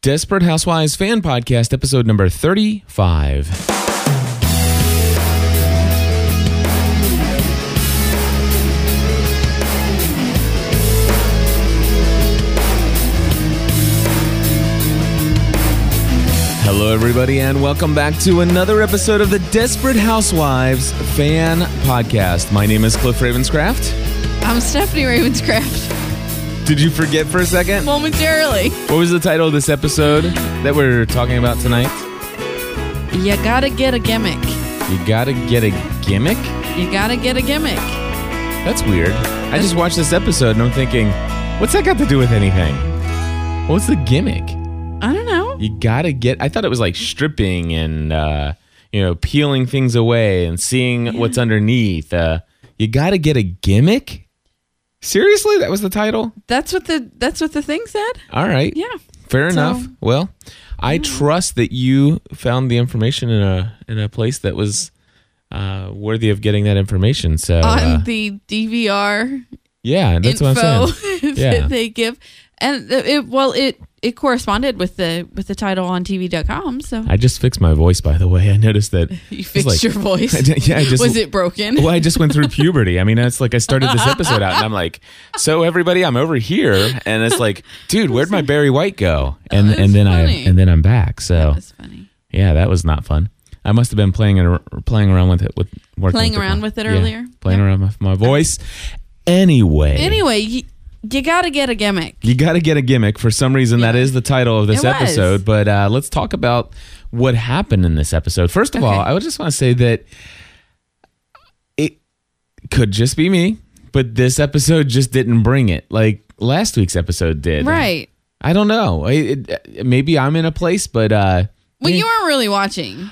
Desperate Housewives Fan Podcast, episode number 35. Hello, everybody, and welcome back to another episode of the Desperate Housewives Fan Podcast. My name is Cliff Ravenscraft. I'm Stephanie Ravenscraft. Did you forget for a second? Momentarily. What was the title of this episode that we're talking about tonight? You gotta get a gimmick. You gotta get a gimmick? You gotta get a gimmick. That's weird. I just watched this episode and I'm thinking, what's that got to do with anything? What's the gimmick? I don't know. You gotta get. I thought it was like stripping and uh, you know peeling things away and seeing what's underneath. Uh, you gotta get a gimmick. Seriously, that was the title. That's what the that's what the thing said. All right. Yeah. Fair So- enough. Well, I trust that you found the information in a in a place that was uh, worthy of getting that information. So uh, On the DVR yeah, that's what I'm info saying. that Yeah. they give, and it- it well it it corresponded with the with the title on TV.com. So I just fixed my voice, by the way. I noticed that. you was fixed like- your voice. I did- yeah, I just- was it broken? Well, I just went through puberty. I mean, it's like I started this episode out, and I'm like, "So everybody, I'm over here," and it's like, "Dude, where'd my Barry White go?" And Oh, that's and then I funny. and then I'm back. So That's funny. yeah, that was not fun. I must have been playing ar- playing around with it with working Playing with it. around with it Yeah, earlier. playing Yep. around with my voice. Anyway, Anyway, you, you gotta get a gimmick. You got to get a gimmick. For some reason, that is the title of this It was. episode. But uh, let's talk about what happened in this episode. First of all, Okay. I would just want to say that it could just be me, but this episode just didn't bring it like last week's episode did. Right. I don't know. It, it- maybe I'm in a place, but uh, Well, eh, you weren't really watching.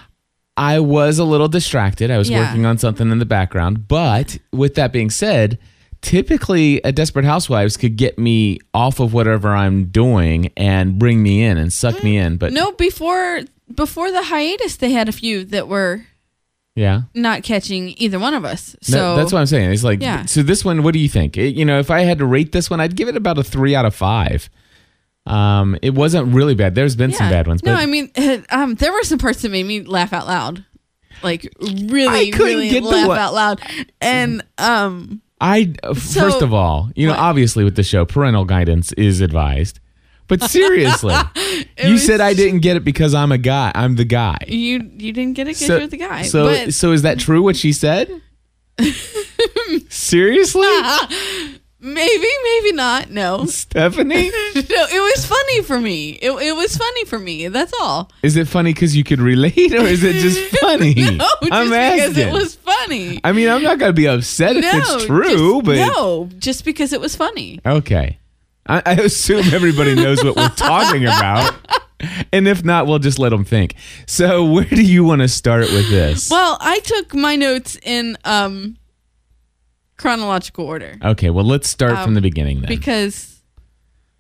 I was a little distracted. I was Yeah. working on something in the background. But with that being said, typically a Desperate Housewives could get me off of whatever I'm doing and bring me in and suck me in. But No, before before the hiatus, they had a few that were yeah. not catching either one of us. So No, that's what I'm saying. It's like, Yeah. so this one, what do you think? It- you know, if I had to rate this one, I'd give it about a three out of five. Um, it wasn't really bad. There's been some bad ones, but No, I mean, um, there were some parts that made me laugh out loud, like I really, couldn't really get the laugh one- out loud. And um, I first of all, you know, What? obviously with the show, parental guidance is advised. But seriously, you was said I didn't get it because I'm a guy. I'm the guy. you you didn't get it because you're the guy. So, but so is that true? What she said? seriously, maybe, maybe not. No, Stephanie? no, it was funny for me. It it was funny for me. That's all. Is it funny because you could relate, or is it just funny? No, just I'm because asking. it was funny. I mean, I'm not gonna be upset if no, it's true, just- but no, just because it was funny. Okay. I, I assume everybody knows what we're talking about. And if not, we'll just let them think. So, where do you want to start with this? Well, I took my notes in um chronological order okay, well, let's start from Um, the beginning then. because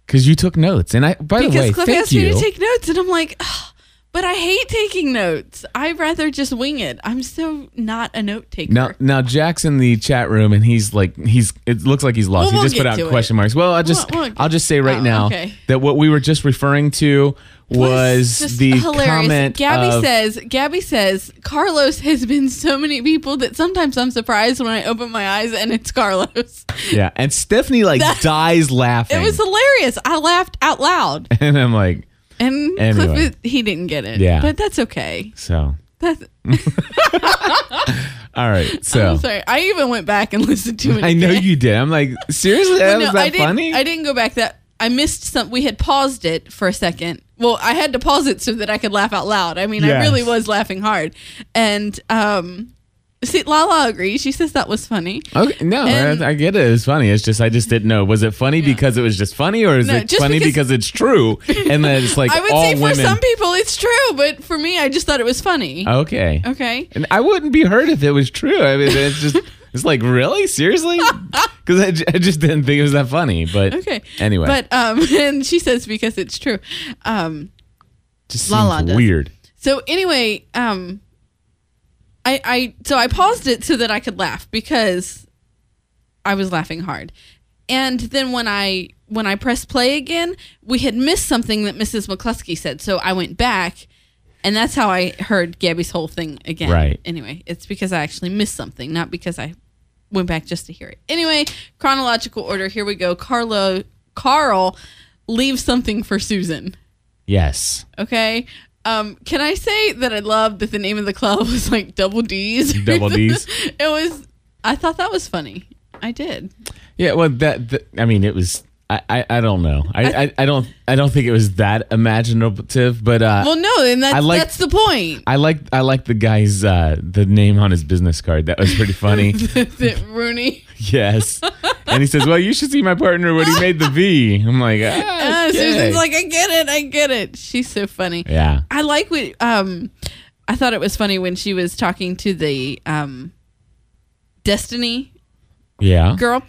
Because you took notes. And I, by the because way, Cliff thank asked me you. to take notes and I'm like, "Ugh, but I hate taking notes. I'd rather just wing it. I'm so not a note taker. now, now, Jack's in the chat room and he's like, he's, it looks like he's lost. Well, he we'll just put get out to it. question marks. Well, I'll just, We'll- we'll- I'll just say right oh, now okay. that what we were just referring to was, just the comment. Gabby of- says Gabby says Carlos has been so many people that sometimes I'm surprised when I open my eyes and it's Carlos. Yeah. And Stephanie like dies laughing. It was hilarious. I laughed out loud. and I'm like, And Anyway. Cliff he didn't get it. Yeah. But that's okay. so. That's All right, so I'm sorry. I even went back and listened to it. I know again. you did. I'm like, seriously, that No, was I that didn't, funny? I didn't go back. That I missed some. We had paused it for a second. Well, I had to pause it so that I could laugh out loud. I mean, I Yes. really was laughing hard. And um, see, Lala agrees. She says that was funny. okay, no, And- I, I get it. It's funny. It's just I just didn't know. Was it funny because it was just funny, or is No, it just funny because, because- it's true? And then it's like I would all say for women. some people it's true, but for me, I just thought it was funny. okay, okay. and I wouldn't be hurt if it was true. I mean, it's just it's like really seriously because I, j- I just didn't think it was that funny. But Okay. anyway, But um, and she says because it's true. Um, just La La seems does. weird. So anyway, um I I so I paused it so that I could laugh because I was laughing hard. And then when I when I pressed play again, we had missed something that Mrs. McCluskey said. So I went back, and that's how I heard Gabby's whole thing again. Right. Anyway, it's because I actually missed something, not because I went back just to hear it. Anyway, chronological order. Here we go. Carlo, Carl leaves something for Susan. Yes. Okay. Um, can I say that I loved that the name of the club was like Double D's? Double D's. it was. I thought that was funny. I did. Yeah, well, that, th I mean, it was. I, I, I don't know. I, I, I don't I don't think it was that imaginative, but uh, Well, no, and I that's, like- that's the point. I like I like the guy's uh, the name on his business card. That was pretty funny. that Rooney. yes, and he says, "Well, you should see my partner when he made the V." I'm like, ah, Uh, okay. Susan's like, I get it, I get it. She's so funny. yeah, I like what um, I thought it was funny when she was talking to the um, Destiny yeah, girl,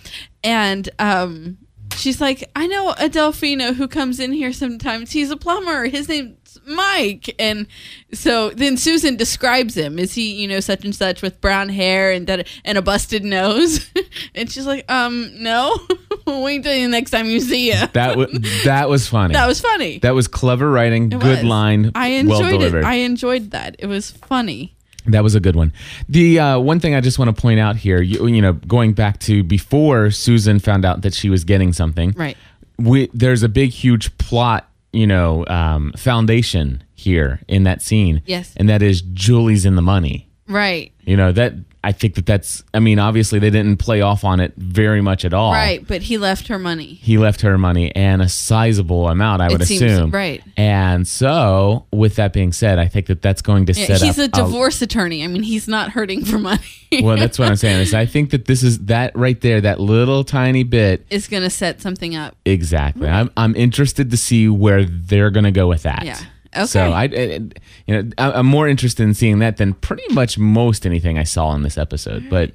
and um, she's like, I know Adelphino who comes in here sometimes. He's a plumber. His name's Mike. And so then Susan describes him. Is he, you know, such and such with brown hair and that and a busted nose? and she's like, um, no. Wait till the next time you see him. that was that was funny. That was funny. That was clever writing. It good was. line. I well enjoyed delivered. it. I enjoyed that. It was funny. That was a good one. The uh, one thing I just want to point out here, you, you know, going back to before Susan found out that she was getting something, Right. We, there's a big, huge plot, you know, um, foundation here in that scene. Yes. and that is Julie's in the money. Right. You know that I think that that's. I mean, obviously they didn't play off on it very much at all. Right. But he left her money. He left her money and a sizable amount, I would It seems- assume. right. And so, with that being said, I think that that's going to Yeah, set he's a up a divorce attorney. I mean, he's not hurting for money. well, that's what I'm saying. Is I think that this is that right there, that little tiny bit. Is going to set something up. Exactly. I'm I'm interested to see where they're gonna go with that. Mm-hmm. Yeah. Okay. So I, it- you know, I- I'm more interested in seeing that than pretty much most anything I saw in this episode. But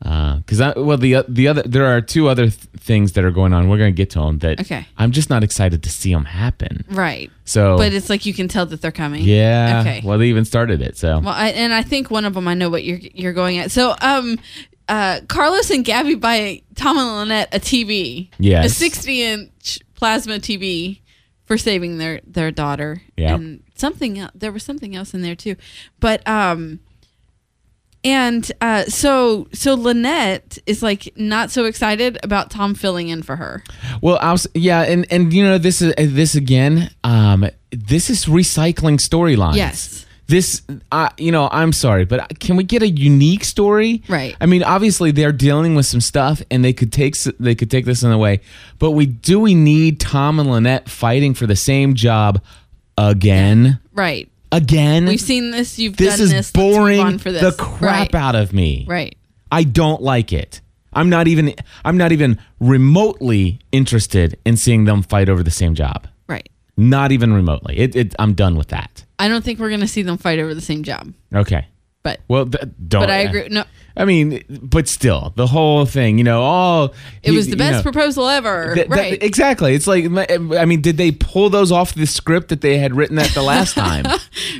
because I well the o- the other there are two other th- things that are going on. We're gonna get to them. That Okay. I'm just not excited to see them happen. Right. So But it's like you can tell that they're coming. yeah. Okay. Well, they even started it. So Well, I, and I think one of them I know what you're you're going at. So, um, uh, Carlos and Gabby buy Tom and Lynette a TV. Yes. a sixty-inch plasma TV for saving their their daughter. Yep. and something else. There was something else in there too, but um. And uh, so, so Lynette is like not so excited about Tom filling in for her. Well, I was, yeah, and and you know this is this again. Um, this is recycling storylines. Yes. This, I you know, I'm sorry, but can we get a unique story? Right. I mean, obviously they're dealing with some stuff, and they could take s- they could take this in a way, but we do we need Tom and Lynette fighting for the same job again, Right? again? We've seen this. You've this done is this. Let's move boring on for this. the crap right. out of me. Right. I don't like it. I'm not even I'm not even remotely interested in seeing them fight over the same job. Right. Not even remotely. It, it I'm done with that. I don't think we're going to see them fight over the same job, Okay. but Well, th- don't. but I agree. No, I mean, but still, the whole thing, you know, all it was the best proposal ever. right? exactly. It's like I mean, did they pull those off the script that they had written at the last time?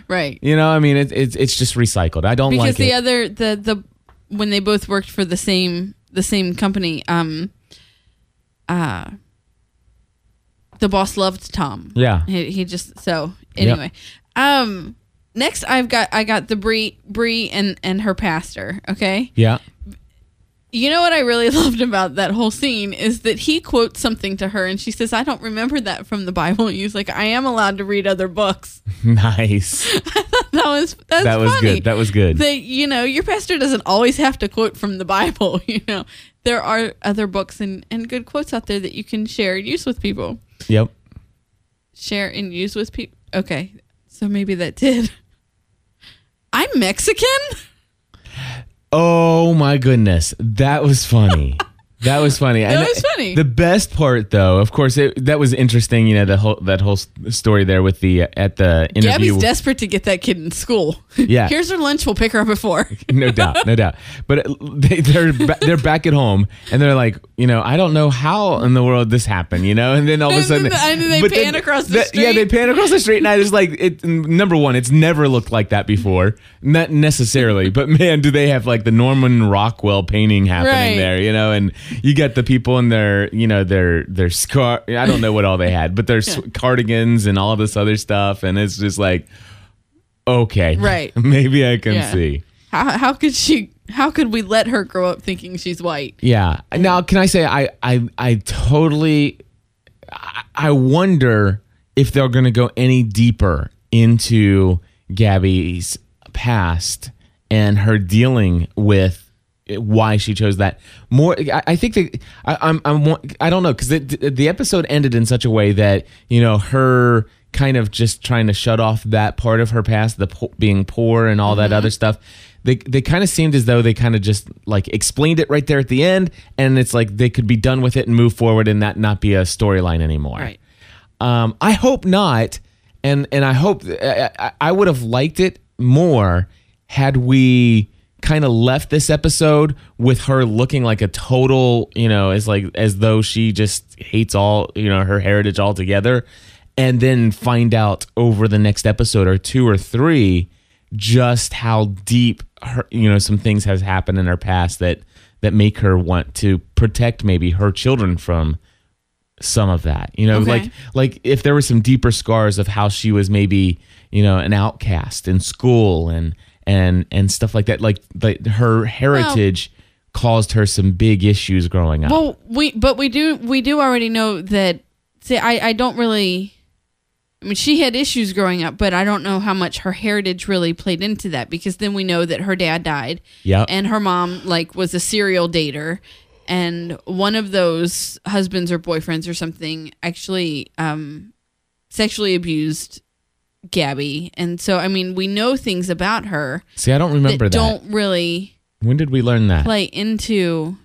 right. you know, I mean, it, it's it's just recycled. I don't Because like the it. other the the when they both worked for the same the same company, um, uh, the boss loved Tom. Yeah. He, he just so Yep. anyway. Um, next I've got I got the Bree Bree and and her pastor. Okay. yeah. You know what I really loved about that whole scene is that he quotes something to her and she says, I don't remember that from the Bible. And he's like, I am allowed to read other books. Nice. That was that's that was funny. good. That was good. That, you know, your pastor doesn't always have to quote from the Bible, you know. There are other books and, and good quotes out there that you can share and use with people. yep. Share and use with people. Okay. So maybe that did. I'm Mexican? Oh my goodness, that was funny. that was funny. That was funny. The best part, though, of course, it, that was interesting. You know, the whole that whole s- story there with the uh, at the interview. Gabby's desperate to get that kid in school. Yeah. Here's her lunch. We'll pick her up at four. no doubt, no doubt. But uh, they, they're ba- they're back at home, and they're like, you know, I don't know how in the world this happened, you know. And then all of a And sudden, then the- and then they but pan across the Yeah, they street. pan across the street, and I just like it. Number one, it's never looked like that before, not necessarily. but man, do they have like the Norman Rockwell painting happening Right. there, you know? And you got the people in their, you know, their their scar. I don't know what all they had, but their s cardigans and all this other stuff, and it's just like, okay, Right. Maybe I can Yeah. see. How how could she? How could we let her grow up thinking she's white? Yeah. Now, can I say I I I totally I, I wonder if they're going to go any deeper into Gabby's past and her dealing with why she chose that more i, I think that I, i'm i'm wa- i don't know because the, the episode ended in such a way that you know her kind of just trying to shut off that part of her past the po- being poor and all that other stuff they they kind of seemed as though they kind of just like explained it right there at the end and it's like they could be done with it and move forward and that not be a storyline anymore Right. um, I hope not, and and I hope I, I- I would have liked it more had we kind of left this episode with her looking like a total, you know, as like as though she just hates all, you know, her heritage altogether, and then find out over the next episode or two or three just how deep her, you know, some things has happened in her past that that make her want to protect maybe her children from some of that you know Okay. like like if there were some deeper scars of how she was maybe you know an outcast in school and and and stuff like that like like her heritage caused her some big issues growing up Well, we but we do we do already know that. See, I I don't really. I mean, she had issues growing up, but I don't know how much her heritage really played into that because then we know that her dad died. Yep. And her mom like was a serial dater, and one of those husbands or boyfriends or something actually um, sexually abused Gabby, and so I mean we know things about her see i don't remember that that, don't really when did we learn that play into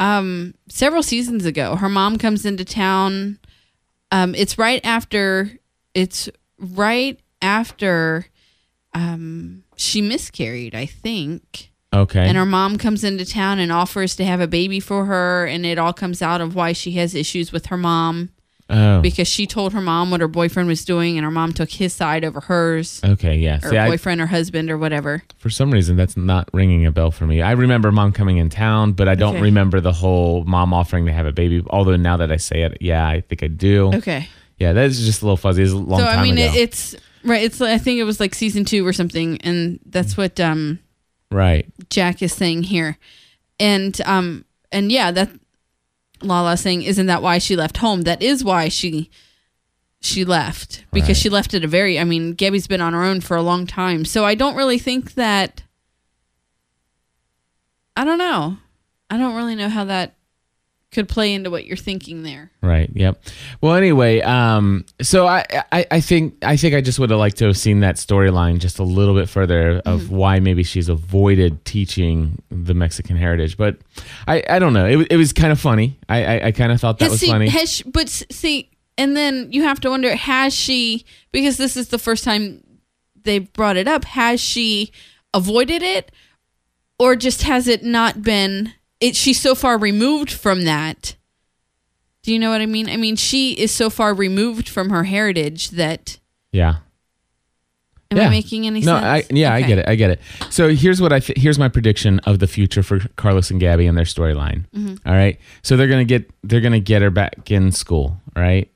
um several seasons ago. Her mom comes into town. Um it's right after it's right after um she miscarried, I think. okay And her mom comes into town and offers to have a baby for her and it all comes out of why she has issues with her mom oh because she told her mom what her boyfriend was doing and her mom took his side over hers. okay yeah Or see I, boyfriend or husband or whatever. for some reason that's not ringing a bell for me i remember mom coming in town but i don't Okay. remember the whole mom offering to have a baby although now that i say it yeah i think i do Okay. yeah that's just a little fuzzy it's a long so time I mean, ago It, it's right. It's I think it was like season two or something, and that's what um, right Jack is saying here, and um, and yeah, that Lala is saying isn't that why she left home? That is why she she left because Right. she left at a very. I mean, Gabby's been on her own for a long time, so I don't really think that. I don't know. I don't really know how that could play into what you're thinking there. Right. Yep. Well, anyway, um, so I, I, I think I think I just would have liked to have seen that storyline just a little bit further of why maybe she's avoided teaching the Mexican heritage, but I, I don't know. It, wa- it was kind of funny. I, I, I kind of thought that Has was she- funny. Has she, but s- see, and then you have to wonder: Has she? Because this is the first time they brought it up. Has she avoided it, or just has it not been? It she's so far removed from that. Do you know what I mean? I mean, she is so far removed from her heritage that. yeah. Am Yeah. I making any no, sense? I, yeah, I Okay. get it. I get it. So here's what I th- here's my prediction of the future for Carlos and Gabby and their storyline. Mm-hmm. All right. So they're gonna get they're gonna get her back in school. All right.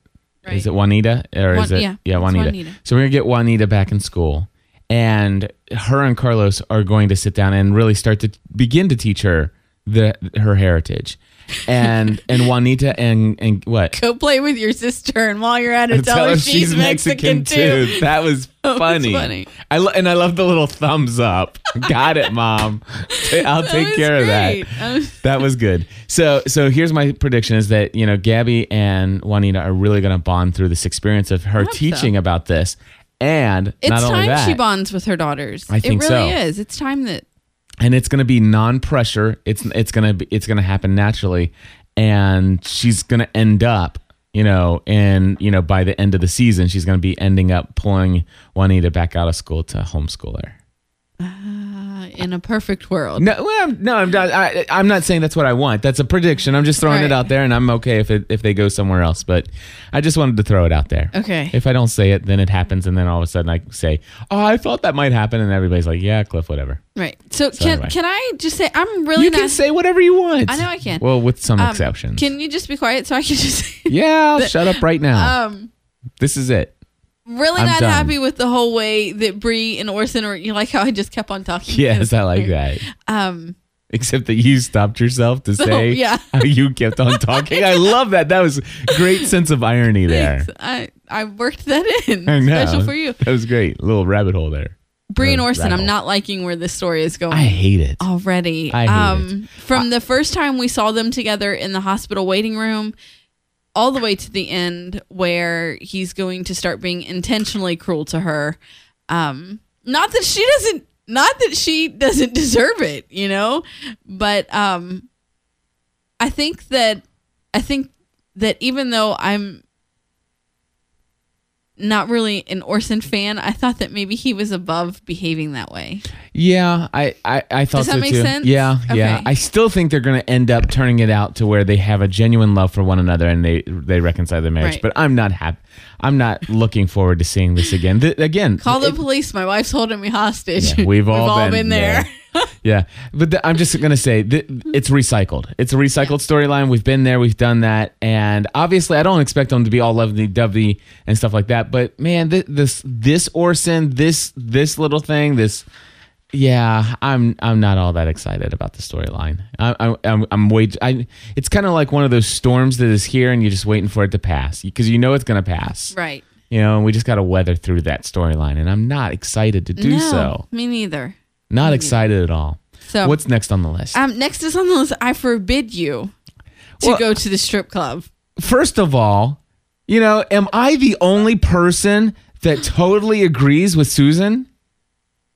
Is Right. it Juanita or Juan- is it yeah, it's Juanita. Juanita. So we're gonna get Juanita back in school, and her and Carlos are going to sit down and really start to begin to teach her the her heritage, and and Juanita and and what Go play with your sister, and while you're at it, tell, her she's, Mexican, too. That was That was funny. funny. I lo- and I love the little thumbs up. Got it, mom. Ta- I'll take was care of that. great. That was- That was good. So so here's my prediction is that, you know, Gabby and Juanita are really going to bond through this experience of her so. teaching about this. And It's not only time that, she bonds with her daughters. I think it really so. is. It's time that and it's going to be non-pressure. It's it's going to be it's going to happen naturally, and she's going to end up, you know, and you know by the end of the season, she's going to be ending up pulling Juanita back out of school to homeschool her. uh, in a perfect world. No, well, I'm- no, I'm not. I, I'm not saying that's what I want. That's a prediction. I'm just throwing Right. it out there, and I'm okay if it, if they go somewhere else. But I just wanted to throw it out there. Okay. If I don't say it, then it happens, and then all of a sudden I say, "Oh, I thought that might happen," and everybody's like, "Yeah, Cliff, whatever." Right. So, can anyway. can I just say I'm really you not can say whatever you want. I know I can. Well, with some um, exceptions. Can you just be quiet so I can just yeah, I'll shut up right now. um this is it. really I'm not done. happy with the whole way that Bree and Orson or you like how I just kept on talking. Yes, I like that. Um Except that you stopped yourself to say Oh, yeah. how you kept on talking. I love that. That was great sense of irony there. thanks. I I worked that in. I know. Special for you. That was great. Little rabbit hole there. Bree and Uh, Orson, I'm rattle. not liking where this story is going. I hate it. already. I hate um from the first time we saw them together in the hospital waiting room all the way to the end where he's going to start being intentionally cruel to her. Um not that she doesn't not that she doesn't deserve it, you know, but um I think that I think that even though I'm not really an Orson fan, I thought that maybe he was above behaving that way. Yeah, I, I, I thought Does that so make too. sense? Yeah, yeah. Okay. I still think they're going to end up turning it out to where they have a genuine love for one another and they they reconcile their marriage. Right. But I'm not happy. I'm not looking forward to seeing this again. Th- again, Call the it- police. My wife's holding me hostage. Yeah, we've all been there. Yeah, but th- I'm just gonna say th- it's recycled. It's a recycled storyline. We've been there, we've done that, and obviously, I don't expect them to be all lovey dovey and stuff like that. But man, th- this this Orson, this this little thing, this yeah, I'm I'm not all that excited about the storyline. I- I- I'm I'm wait. I it's kind of like one of those storms that is here, and you're just waiting for it to pass because you know it's gonna pass. right. You know, and we just got to weather through that storyline, and I'm not excited to do no, so. me neither. Not excited at all. So What's next on the list? um, next is on the list. I forbid you to Well- go to the strip club. first of all, you know, am I the only person that totally agrees with Susan?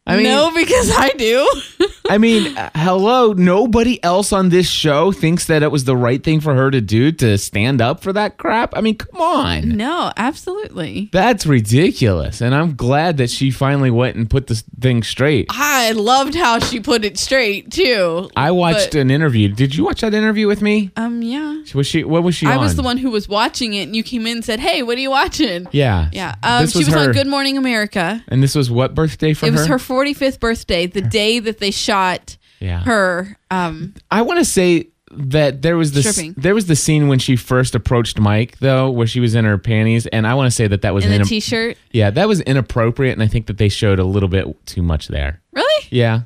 I mean, no, because I do. I mean, uh, hello, nobody else on this show thinks that it was the right thing for her to do to stand up for that crap. I mean, come on. no, absolutely. That's ridiculous. And I'm glad that she finally went and put this thing straight. I loved how she put it straight too. I watched But, an interview. Did you watch that interview with me? um, yeah. Was she what was she I on? was the one who was watching it, and you came in and said, "Hey, what are you watching?" Yeah. Yeah. Um, this she was, was her. on Good Morning America. and this was what birthday for It her? was her 45th birthday, the day that they shot yeah. her. Um, I want to say that there was this Stripping. there was the scene when she first approached Mike though, where she was in her panties, and I want to say that that was in a inap- t-shirt. yeah that was inappropriate, and I think that they showed a little bit too much there. Really? Yeah,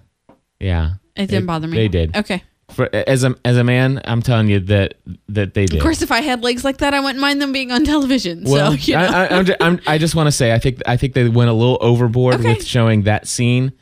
yeah. It didn't bother me. They did. Okay. For, as a as a man, I'm telling you that that they did. Of course, if I had legs like that, I wouldn't mind them being on television. Well, so you know, I, I, I'm ju- I'm- I just want to say I think I think they went a little overboard Okay. with showing that scene.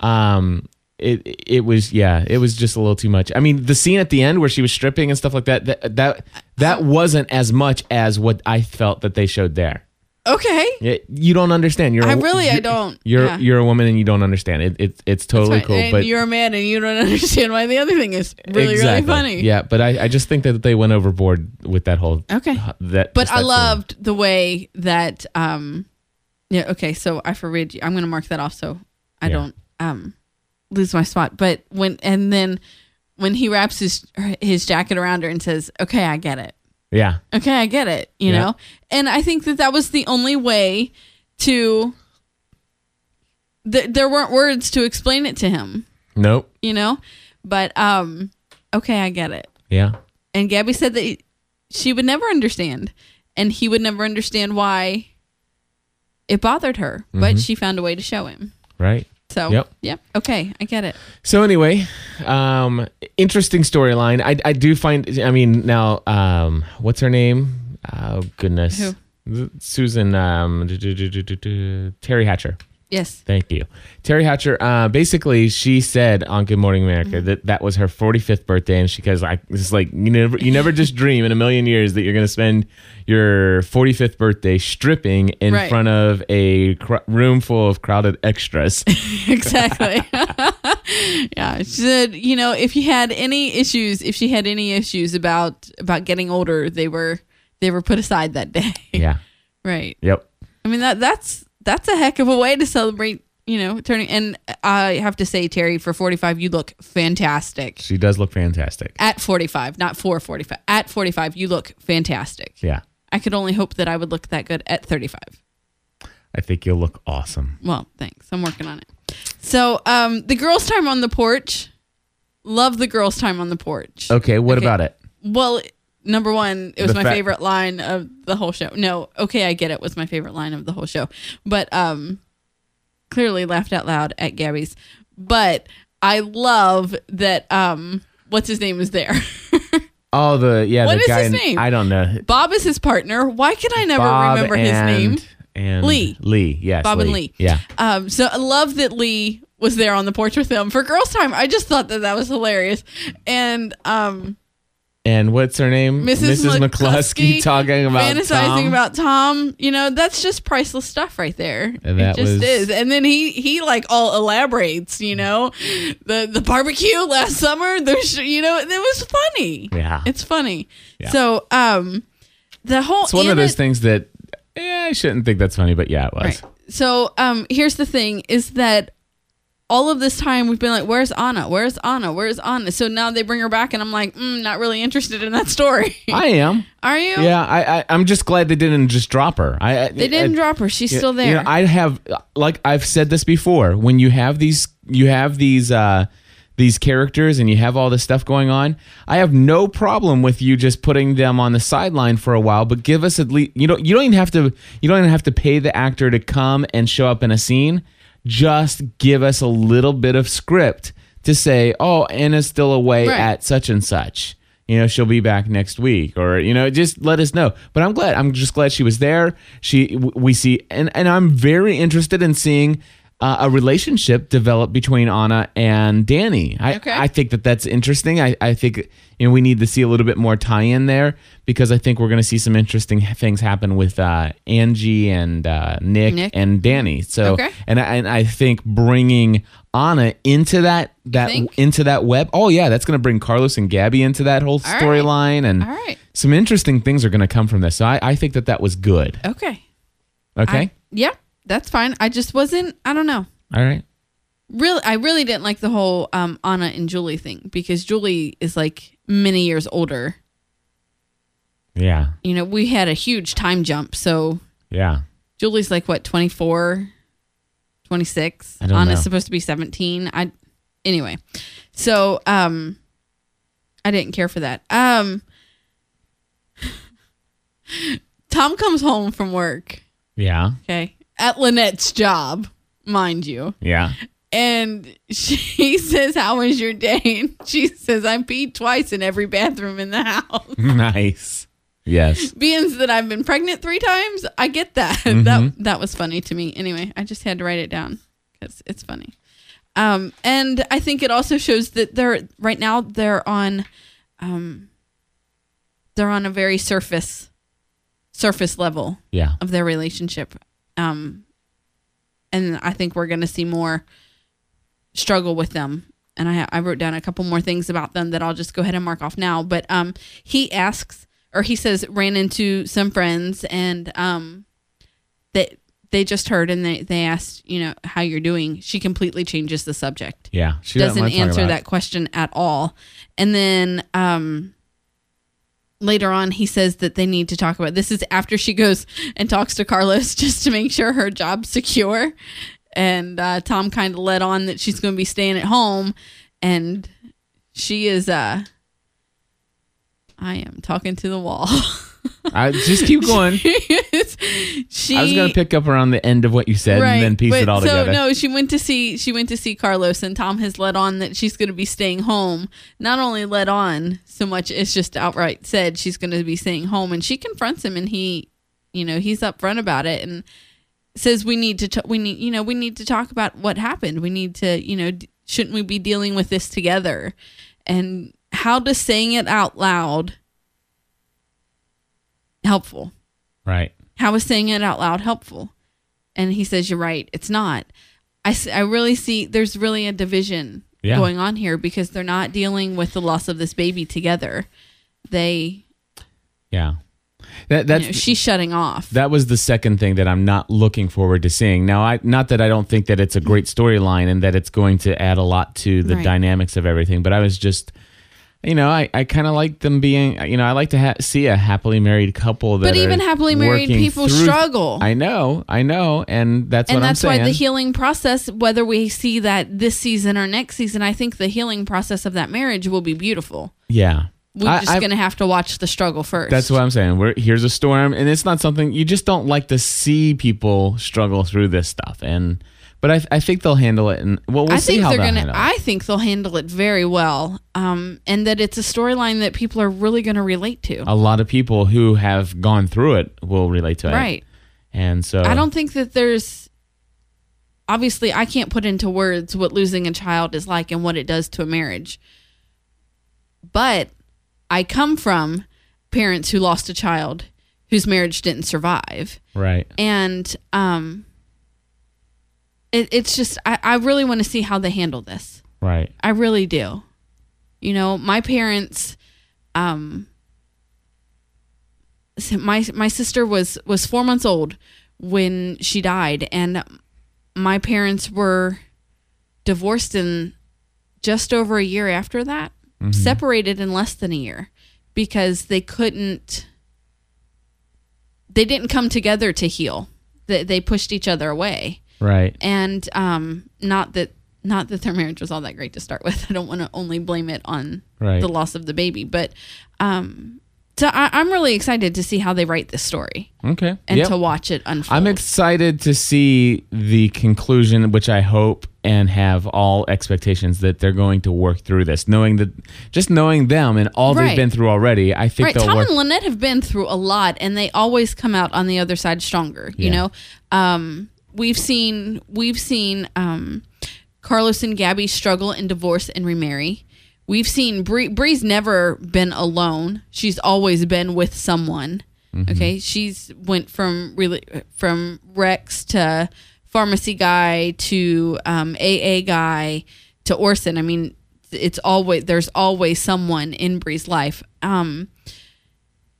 Um, it it was yeah, it was just a little too much. I mean, the scene at the end where she was stripping and stuff like that that that, Uh, that wasn't as much as what I felt that they showed there. okay. Yeah, you don't understand. You're a- I really, I you're- don't. You're Yeah. you're a woman and you don't understand. It, it it's That's totally right. cool, and but you're a man, and you don't understand why the other thing is really, exactly. really funny. Yeah, but I, I just think that they went overboard with that whole Okay. that. Uh, just But I that scene. loved the way that. um Yeah. Okay. So I forbid you. I'm going to mark that off so I Yeah. don't um lose my spot. But when and then when he wraps his his jacket around her and says, "Okay, I get it." Yeah, okay, I get it, you Yeah. know? And I think that that was the only way to. Th- there weren't words to explain it to him, nope. you know? But, um, okay, I get it. Yeah, And Gabby said that she would never understand, and he would never understand why it bothered her, but she found a way to show him. right. So, Mm-hmm. Yep. yep. Okay, I get it. So anyway, um, interesting storyline. I, I do find. I mean, now um, what's her name? Oh goodness, Who? Th- Susan um, du- du- du- du- du- du- Terry Hatcher. Yes. Thank you, Terry Hatcher. Uh, basically, she said on Good Morning America Mm-hmm. that that was her 45th birthday, and she goes like, "It's like you never you never just dream in a million years that you're going to spend your 45th birthday stripping in Right. front of a cr- room full of crowded extras." exactly. yeah, she said, you know, if you had any issues, if she had any issues about about getting older, they were they were put aside that day. yeah. right. Yep. I mean that that's that's a heck of a way to celebrate, you know, turning. And I have to say, Terry, for 45, you look fantastic. She does look fantastic. At 45, not for 45. At 45, you look fantastic. Yeah. I could only hope that I would look that good at 35. I think you'll look awesome. Well, thanks. I'm working on it. So, um, the girls' time on the porch. Love the girls' time on the porch. Okay, what Okay. about it? Well, number one, it was Oh. The my fa- favorite line of the whole show. No, okay, I get it was my favorite line of the whole show, but um, clearly laughed out loud at Gabby's. But I love that um, what's his name is there. Oh, the yeah, What the is guy. his in- name? I don't know. Bob is his partner. Why can I never Bob remember his and- name? And Lee. Lee, yes. Bob and Lee. Yeah. Um, so I love that Lee was there on the porch with them for girls' time. I just thought that that was hilarious, and um. And what's her name? Mrs. McCluskey, McCluskey talking about fantasizing Tom. about Tom. You know, that's just priceless stuff right there. And that it just was- Mm. is. And then he he like all elaborates. You know, the the barbecue last summer. The sh- you know, it was funny. Yeah. it's funny. Yeah. So um, the whole It's one of Anna- those things that eh, I shouldn't think that's funny, but yeah, it was. Right. So um, here's the thing: is that all of this time we've been like, "Where's Anna? Where's Anna? Where's Anna?" So now they bring her back, and I'm like, mm, not really interested in that story. I am. Are you? Yeah, I, I I'm just glad they didn't just drop her. I, I Oh. They didn't drop her. She's still there. You know, I have like I've said this before. When you have these, you have these. uh these characters and you have all this stuff going on. I have no problem with you just putting them on the sideline for a while, but give us at least you don't you don't even have to you don't even have to pay the actor to come and show up in a scene. Just give us a little bit of script to say, "Oh, Anna's still away Right. at such and such." You know, she'll be back next week or you know, just let us know. But I'm glad I'm just glad she was there. She w- we see and and I'm very interested in seeing uh, a relationship developed between Anna and Danny. I, Okay. I think that that's interesting. I, I think you know we need to see a little bit more tie-in there because I think we're going to see some interesting things happen with uh, Angie and uh, Nick, Nick. and Danny. So Okay. and I, and I think bringing Anna into that that think? into that web. Oh yeah, that's going to bring Carlos and Gabby into that whole right. storyline and All right. some interesting things are going to come from this. So I, I think that that was good. Okay. Okay. I, yeah, that's fine. I just wasn't. I don't know. All right. Really, I really didn't like the whole um, Anna and Julie thing because Julie is like many years older. Yeah. You know, we had a huge time jump. So Yeah. Julie's like what 24, 26. I don't Anna's know. supposed to be seventeen. I anyway. So um, I didn't care for that. Um, Tom comes home from work. Yeah. Okay, at Lynette's job, mind you. Yeah. And she says, How was your day? And she says, I peed twice in every bathroom in the house. nice. Yes. Being that I've been pregnant three times, I get that. That that was funny to me. Anyway, I just had to write it down because it's funny. Um, and I think it also shows that they're right now they're on, um, they're on a very surface, surface level Yeah. of their relationship. Um, and I think we're going to see more struggle with them. And I, I wrote down a couple more things about them that I'll just go ahead and mark off now. But um, he asks, or he says, ran into some friends and um, that they just heard and they, they asked, you know, how you're doing. She completely changes the subject Yeah. She doesn't doesn't mind talking answer about it. that question at all. And then um, later on, he says that they need to talk about this. Is after she goes and talks to Carlos just to make sure her job's secure. And uh, Tom kind of led on that she's going to be staying at home, and she is. Uh, I am talking to the wall. I just keep going. she I was gonna pick up around the end of what you said and then piece but it all so, together. no, she went to see she went to see Carlos, and Tom has let on that she's going to be staying home. Not only let on so much, it's just outright said she's going to be staying home, and she confronts him, and he, you know, he's upfront about it, and says we need to t- we need you know we need to talk about what happened. We need to you know d- shouldn't we be dealing with this together? And how does saying it out loud helpful? Right. How is saying it out loud helpful? And he says, You're right. It's not. I, s- I really see there's really a division Yeah. going on here because they're not dealing with the loss of this baby together. They, Yeah. That that's You know, she's shutting off. that was the second thing that I'm not looking forward to seeing. Now, I not that I don't think that it's a great storyline and that it's going to add a lot to the Right. dynamics of everything, but I was just, you know, I, I kind of like them being, you know, I like to ha- see a happily married couple that But even are happily married working people through- struggle. I know, I know, and that's what and that's I'm why saying. the healing process, whether we see that this season or next season, I think the healing process of that marriage will be beautiful. yeah, We're I- just I- going to have to watch the struggle first. That's what I'm saying. We're, here's a storm, and it's not something you just don't like to see people struggle through this stuff. And but I, I think they'll handle it, and well, we'll I see think how they're they'll gonna. handle it. I think they'll handle it very well, um, and that it's a storyline that people are really gonna relate to. a lot of people who have gone through it will relate to it. right. And so I don't think that there's. Obviously, I can't put into words what losing a child is like and what it does to a marriage. But I come from parents who lost a child whose marriage didn't survive. Right. and um it, it's just i, I really want to see how they handle this Right. i really do you know my parents um s- my my sister was was four months old when she died and my parents were divorced in just over a year after that separated in less than a year because they couldn't they didn't come together to heal. They, they pushed each other away, Right. and um, not that not that their marriage was all that great to start with. I don't want to only blame it on Right. the loss of the baby, but um, so I, I'm really excited to see how they write this story Okay. and Yep. to watch it unfold. I'm excited to see the conclusion, which I hope and have all expectations that they're going to work through this, knowing that just knowing them and all Right. they've been through already. I think right, they'll Tom work. and Lynette have been through a lot, and they always come out on the other side stronger. Yeah. You know, um, we've seen we've seen um, Carlos and Gabby struggle and divorce and remarry. We've seen Bree. Bree's never been alone. She's always been with someone. Okay, she's went from really from Rex to pharmacy guy to um, AA guy to Orson. I mean, it's always there's always someone in Bree's life. Um,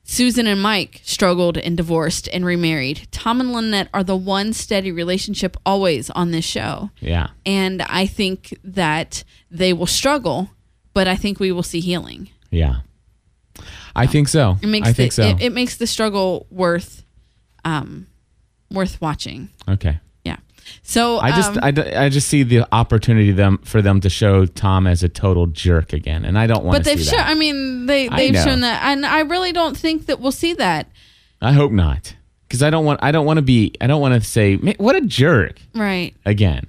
Susan and Mike struggled and divorced and remarried. Tom and Lynette are the one steady relationship always on this show. yeah. And I think that they will struggle, but I think we will see healing. Yeah. I think so. It makes I think the, so. it, it makes the struggle worth um worth watching. okay. Yeah. So I just um, I, d- I just see the opportunity them for them to show Tom as a total jerk again, and I don't want but to see they've shown that. I mean they I they've know. shown that and I really don't think that we'll see that. I hope not, because I don't want I don't want to be I don't want to say "Ma- what a jerk Right. again.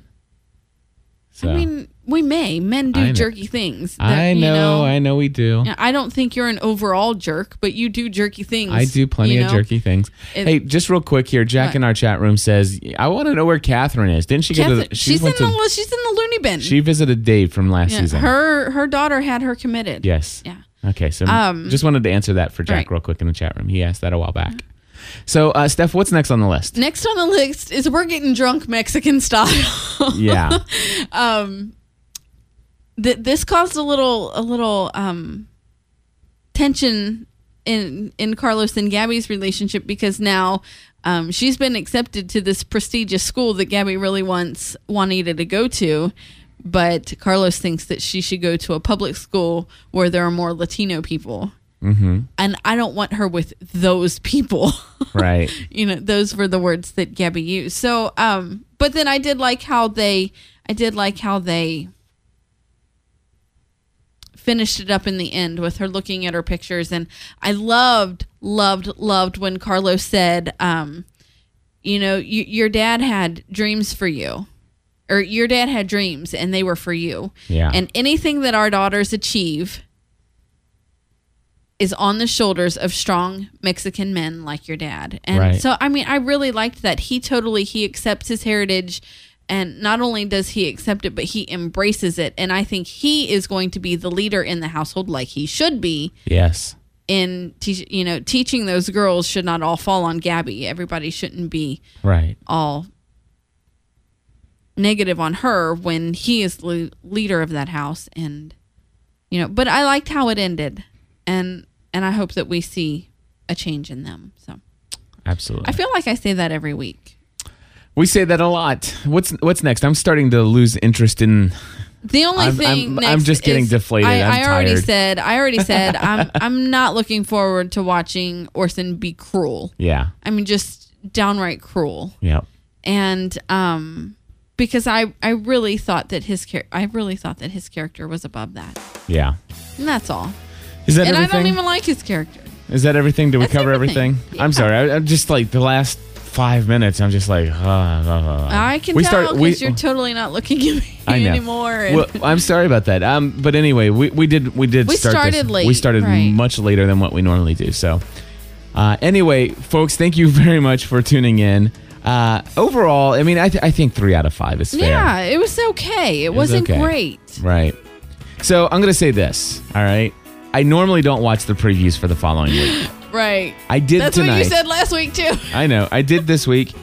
So I mean, we may. Men I do know. jerky things. that, I know, you I know we do. Yeah, I don't think you're an overall jerk, but you do jerky things. I do plenty you of know? jerky things. It- hey, just real quick here, Jack What? in our chat room says I want to know where Catherine is. Didn't she Catherine- go to? The, she she's in went to. the she's in the loony bin. she visited Dave from last Yeah, season. her her daughter had her committed. Yes. Yeah. Okay, so Um, just wanted to answer that for Jack right. real quick in the chat room. He asked that a while back. So, uh, Steph, what's next on the list? Next on the list is we're getting drunk Mexican style. Yeah, Th- this caused a little a little um, tension in in Carlos and Gabby's relationship because now um, she's been accepted to this prestigious school that Gabby really wants Juanita to go to, but Carlos thinks that she should go to a public school where there are more Latino people. Mm-hmm. And I don't want her with those people. right. you know those were the words that gabby used so um but then i did like how they i did like how they finished it up in the end with her looking at her pictures and i loved loved loved when carlos said um you know you, your dad had dreams for you or your dad had dreams and they were for you Yeah. and anything that our daughters achieve is on the shoulders of strong Mexican men like your dad. And Right. so I mean I really liked that he totally he accepts his heritage and not only does he accept it but he embraces it and I think he is going to be the leader in the household like he should be yes. in teach, you know teaching those girls should not all fall on Gabby. Everybody shouldn't be Right. all negative on her when he is the leader of that house and you know but i liked how it ended and and i hope that we see a change in them. So Absolutely. I feel like I say that every week. we say that a lot. What's what's next? I'm starting to lose interest in The only I'm- thing I'm- next I'm just getting is- deflated. I, I'm I already tired. said. I already said. I'm. I'm not looking forward to watching Orson be cruel. yeah. I mean, just downright cruel. Yeah. And um, because I, I really thought that his char- I really thought that his character was above that. Yeah. And that's all. Is that and everything? I don't even like his character. Is that everything? Did we That's cover everything? everything. I'm Yeah. sorry. I, I'm just like the last five minutes. I'm just like, uh, uh, uh. I can we tell start. We, because you're totally not looking at me I know. anymore. and- Well, I'm sorry about that. Um, but anyway, we, we did we did We start this- started late, We started right. much later than what we normally do. So, uh, anyway, folks, thank you very much for tuning in. Uh, overall, I mean, I, th- I think three out of five is fair. yeah, it was okay. It, was wasn't okay. great. Right. So I'm gonna say this. All right. I normally don't watch the previews for the following week. Right. I did That's tonight. what you said last week too. I know. I did this week,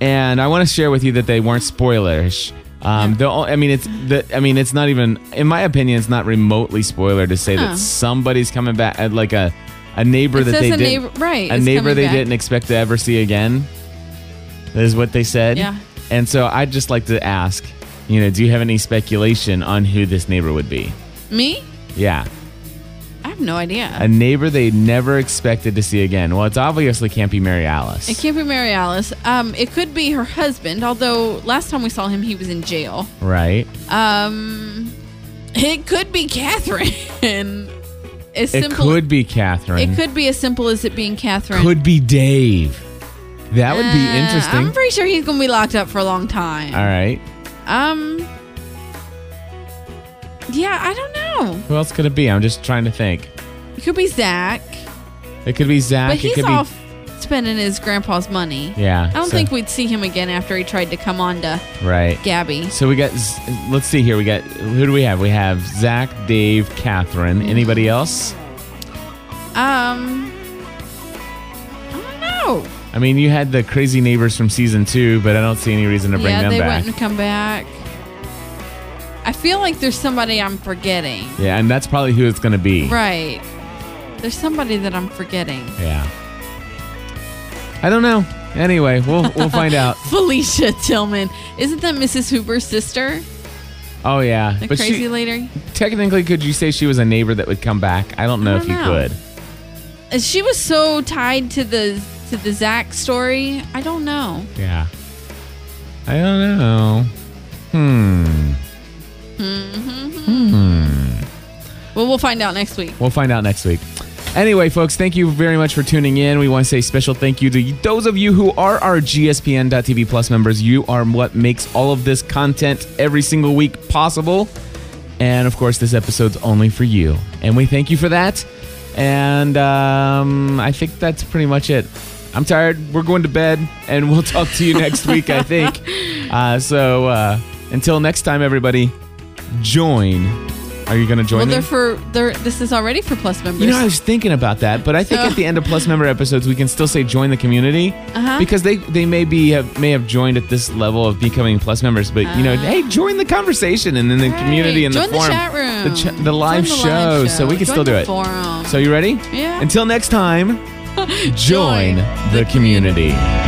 and I want to share with you that they weren't spoilerish. Um, the, o- I mean, it's the, I mean, it's not even, in my opinion, it's not remotely spoiler to say Huh. that somebody's coming back, uh, like a a neighbor It that says they a didn't, neighbor- right, a is neighbor coming they back. didn't expect to ever see again. Is what they said. Yeah. And so I'd just like to ask, you know, do you have any speculation on who this neighbor would be? Me? Yeah, I have no idea. a neighbor they never expected to see again. Well, it's obviously can't be Mary Alice. It can't be Mary Alice. Um, it could be her husband, although last time we saw him, he was in jail. right. Um, it could be Catherine. as It simple, could be Catherine. it could be as simple as it being Catherine. could be Dave. That would be Uh, interesting. I'm pretty sure he's gonna be locked up for a long time. All right. Um, yeah, I don't know. Who else could it be? I'm just trying to think. It could be Zach, It could be Zach. but it he's could off spending his grandpa's money. be. Yeah. I don't so- think we'd see him again after he tried to come on to Right. Gabby. So we got. Z- Let's see here. We got. Who do we have? We have Zach, Dave, Catherine. Anybody else? Um, I don't know. I mean, you had the crazy neighbors from season two, but I don't see any reason to bring yeah, them they back. wouldn't come back. I feel like there's somebody I'm forgetting. Yeah, and that's probably who it's going to be. Right. There's somebody that I'm forgetting. Yeah. I don't know. Anyway, we'll we'll find out. Felicia Tillman. Isn't that Mrs. Hoover's sister? Oh yeah, The but crazy she, lady? technically, could you say she was a neighbor that would come back? I don't know I if don't you know. could. Uh, She was so tied to the to the Zach story. I don't know. Yeah. I don't know. Hmm. Well, we'll find out next week. We'll find out next week. Anyway, folks, thank you very much for tuning in. We want to say special thank you to those of you who are our GSPN.TV Plus members. You are what makes all of this content every single week possible. And of course, this episode's only for you. And we thank you for that. And um, I think that's pretty much it. I'm tired. We're going to bed, and we'll talk to you next week, I think. Uh, so uh, until next time, everybody, join. Are you going to join Well, me? they're for they're, this is already for plus members. You know, I was thinking about that, but I think at the end of Plus member episodes, we can still say join the community Uh-huh. because they they may be have, may have joined at this level of becoming Plus members, but you know, Ah. hey, join the conversation and then the Right. community and Join the forum, chat room, the, cha- the live Join the show, live so we can Join still do the it. Forum. So you ready? Yeah. Until next time, join, Join the community.